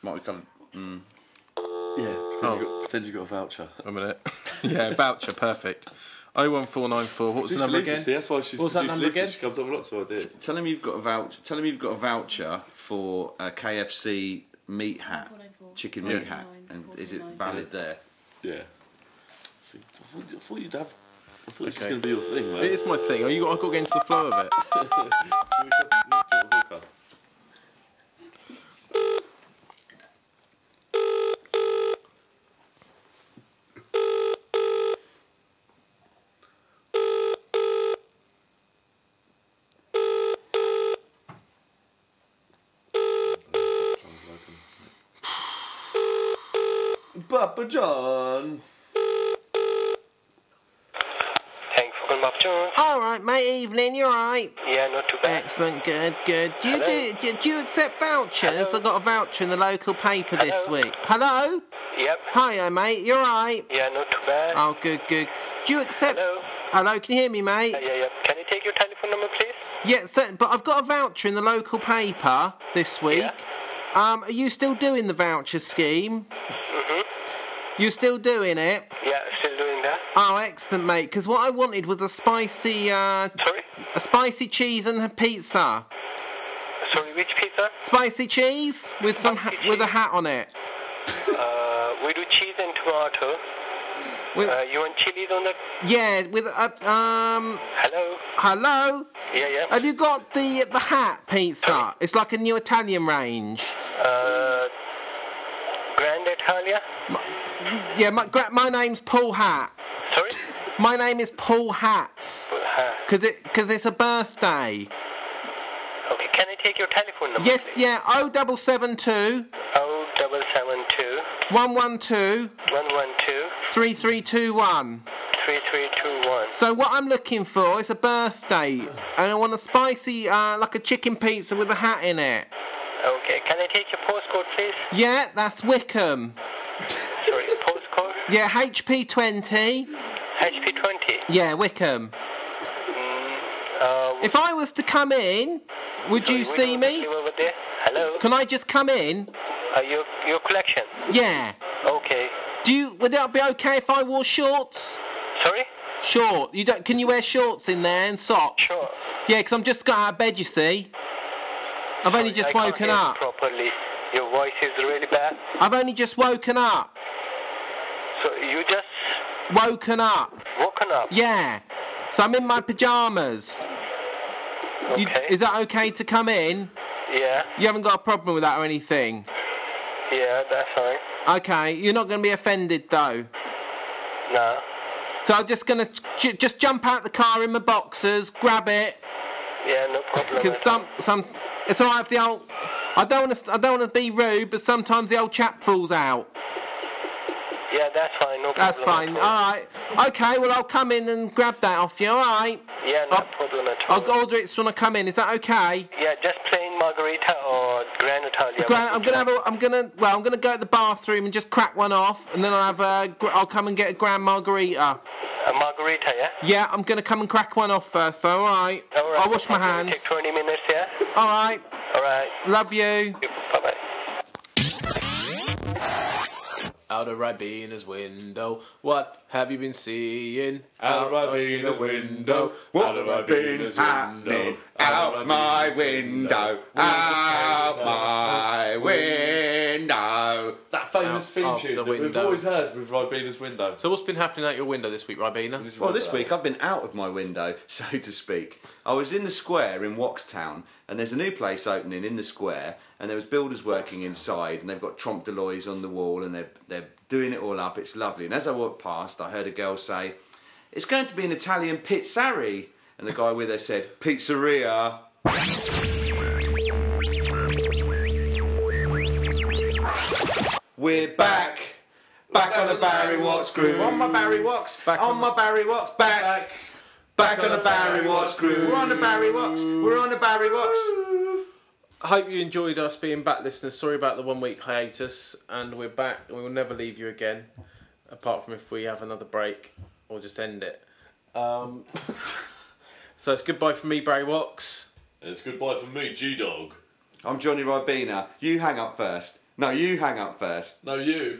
Speaker 3: Might we come?
Speaker 1: Yeah. Pretend, you
Speaker 2: Oh.
Speaker 1: got, pretend you got a voucher.
Speaker 5: (laughs)
Speaker 2: A minute. yeah, voucher, perfect. 01494, what was the number
Speaker 1: Producer Lisa,
Speaker 2: again?
Speaker 1: see, that's why she's
Speaker 2: What was that
Speaker 1: producer
Speaker 2: number
Speaker 1: Lisa,
Speaker 2: again?
Speaker 1: She comes up with lots of ideas.
Speaker 3: Tell him you've got a voucher. Tell him you've got a voucher for a KFC meat hat, chicken meat hat.
Speaker 6: Nine.
Speaker 3: and is it
Speaker 6: 49.
Speaker 3: valid there?
Speaker 1: Yeah. See, I thought, I thought you'd have. I thought this was
Speaker 5: Okay.
Speaker 1: going to be your thing, man.
Speaker 5: It is my thing. Oh, you got, I got to get into the flow of it.
Speaker 1: We've got- we've got a hooker.
Speaker 3: Papa John.
Speaker 7: Thanks for calling Papa John.
Speaker 2: All right, mate. Evelyn, you're right.
Speaker 7: Yeah, not too bad.
Speaker 2: Excellent. Good. Good. Do you do? do- Do you accept vouchers? I got a voucher in the local paper this
Speaker 7: Hello?
Speaker 2: week. Hello.
Speaker 7: Yep.
Speaker 2: Hiya, mate. You're right.
Speaker 7: Yeah, not too bad.
Speaker 2: Oh, good. Good. Do you accept?
Speaker 7: Hello.
Speaker 2: Hello, Can you hear me, mate?
Speaker 7: Uh, yeah, yeah. Can I take your telephone number, please?
Speaker 2: Yeah, certain, but I've got a voucher in the local paper this week.
Speaker 7: Yeah.
Speaker 2: Um, are you still doing the voucher scheme?
Speaker 7: Mm-hmm.
Speaker 2: You're still doing it?
Speaker 7: Yeah, still doing that.
Speaker 2: Oh, excellent, mate. Because what I wanted was a spicy, uh,
Speaker 7: Sorry.
Speaker 2: a spicy cheese and a pizza.
Speaker 7: Sorry, which pizza?
Speaker 2: Spicy cheese with some ha-
Speaker 7: Spicy
Speaker 2: with a
Speaker 7: cheese.
Speaker 2: hat on it.
Speaker 7: Uh, we do cheese and tomato.
Speaker 2: With,
Speaker 7: Uh, you want chilies on that?
Speaker 2: yeah, with a um.
Speaker 7: Hello.
Speaker 2: Hello.
Speaker 7: Yeah, yeah.
Speaker 2: Have you got the the hat pizza? It's like a new Italian range.
Speaker 7: Uh, Grand Italia.
Speaker 2: Yeah, my gra- my name's Paul Hat.
Speaker 7: Sorry.
Speaker 2: My name is Paul Hats.
Speaker 7: Uh,
Speaker 2: Cause it, cause it's a birthday.
Speaker 7: okay. Can I take your telephone number?
Speaker 2: Yes, yeah. O double seven two
Speaker 7: Oh, double seven two
Speaker 2: one one two
Speaker 7: one one two
Speaker 2: three three two one.
Speaker 7: three three two one.
Speaker 2: So what I'm looking for is a birthday, and I want a spicy, uh, like a chicken pizza with a hat in it.
Speaker 7: Okay. Can I take your postcode, please?
Speaker 2: Yeah, that's Wickham.
Speaker 7: Sorry, postcode.
Speaker 2: Yeah, HP twenty.
Speaker 7: HP twenty.
Speaker 2: Yeah, Wickham.
Speaker 7: Uh,
Speaker 2: If I was to come in, would
Speaker 7: sorry,
Speaker 2: you
Speaker 7: we
Speaker 2: see
Speaker 7: don't
Speaker 2: me?
Speaker 7: live Over there. Hello.
Speaker 2: Can I just come in?
Speaker 7: Uh, your your collection.
Speaker 2: Yeah.
Speaker 7: Okay.
Speaker 2: Do you? Would that be okay if I wore shorts?
Speaker 7: Sorry.
Speaker 2: Short. You don't? Can you wear shorts in there and socks?
Speaker 7: Sure.
Speaker 2: Yeah, 'cause I'm just got out of bed. You see, I've only
Speaker 7: Sorry,
Speaker 2: just
Speaker 7: I can't
Speaker 2: woken
Speaker 7: hear you
Speaker 2: up.
Speaker 7: Properly. Your voice is really bad.
Speaker 2: I've only just woken up.
Speaker 7: So you just
Speaker 2: Woken up.
Speaker 7: woken up.
Speaker 2: Yeah. So I'm in my pajamas.
Speaker 7: Okay.
Speaker 2: You, is that okay to come in?
Speaker 7: yeah.
Speaker 2: You haven't got a problem with that or anything.
Speaker 7: Yeah. That's fine.
Speaker 2: Okay. You're not going to be offended though.
Speaker 7: No.
Speaker 2: So I'm just going to j- just jump out the car in my boxers, grab it.
Speaker 7: Yeah. No problem.
Speaker 2: Cause
Speaker 7: at all.
Speaker 2: some some. It's alright if the old. I don't want to. I don't want to be rude, but sometimes the old chap falls out.
Speaker 7: Yeah. That's fine. No problem.
Speaker 2: That's fine.
Speaker 7: at all.
Speaker 2: All right. Okay. Well, I'll come in and grab that off you. All right.
Speaker 7: Yeah. No
Speaker 2: I'll-
Speaker 7: problem at all.
Speaker 2: Ah. I'll order it when I come in. Is that okay?
Speaker 7: Yeah. Just plain margarita or grand Italia.
Speaker 2: Gra- I'm gonna have a. I'm gonna. Well, I'm gonna go to the bathroom and just crack one off, and then I'll have a. gr- I'll come and get a grand margarita.
Speaker 7: a margarita. Yeah.
Speaker 2: Yeah, I'm gonna come and crack one off first. Though. All right.
Speaker 7: All right.
Speaker 2: I'll wash my
Speaker 7: Okay, Take
Speaker 2: hands.
Speaker 7: twenty minutes. Yeah.
Speaker 2: All right.
Speaker 7: All right.
Speaker 2: Love you.
Speaker 7: Bye bye.
Speaker 5: Out a rabbit in his window. What have you been seeing?
Speaker 1: Out a rabbit in his window. Out a rabbit in his window. Out a rabbit in his window.
Speaker 3: Out my window.
Speaker 1: That famous
Speaker 5: Out of
Speaker 1: theme tune
Speaker 5: the
Speaker 1: that we've
Speaker 5: window.
Speaker 1: always heard with Ribina's window.
Speaker 5: So what's been happening out your window this week, Ribena?
Speaker 1: Just
Speaker 3: Well,
Speaker 1: remember
Speaker 3: this
Speaker 1: that.
Speaker 3: week I've been out of my window, (laughs) so to speak. I was in the square in Waxtown, and there's a new place opening in the square, and there was builders working inside, and they've got Trompe de l'oeil on the wall, and they're they're doing it all up. It's lovely. And as I walked past, I heard a girl say, "It's going to be an Italian pizzeria," and the guy with her said, "Pizzeria." We're back. Back on the Barry Watts groove. On my Barry Watts.
Speaker 5: Back
Speaker 3: on,
Speaker 5: on
Speaker 3: my Barry Watts. Back. Back, on the Barry Watts groove. We're on the Barry Watts. We're on the Barry Watts.
Speaker 5: I hope you enjoyed us being back, listeners. Sorry about the one week hiatus, and we're back, and we will never leave you again, apart from if we have another break or just end it. Um, (laughs) so it's goodbye from me, Barry Wax.
Speaker 1: And it's goodbye from me, G Dog.
Speaker 3: I'm Johnny Ribena. You hang up first. No, you hang up first.
Speaker 1: No, you.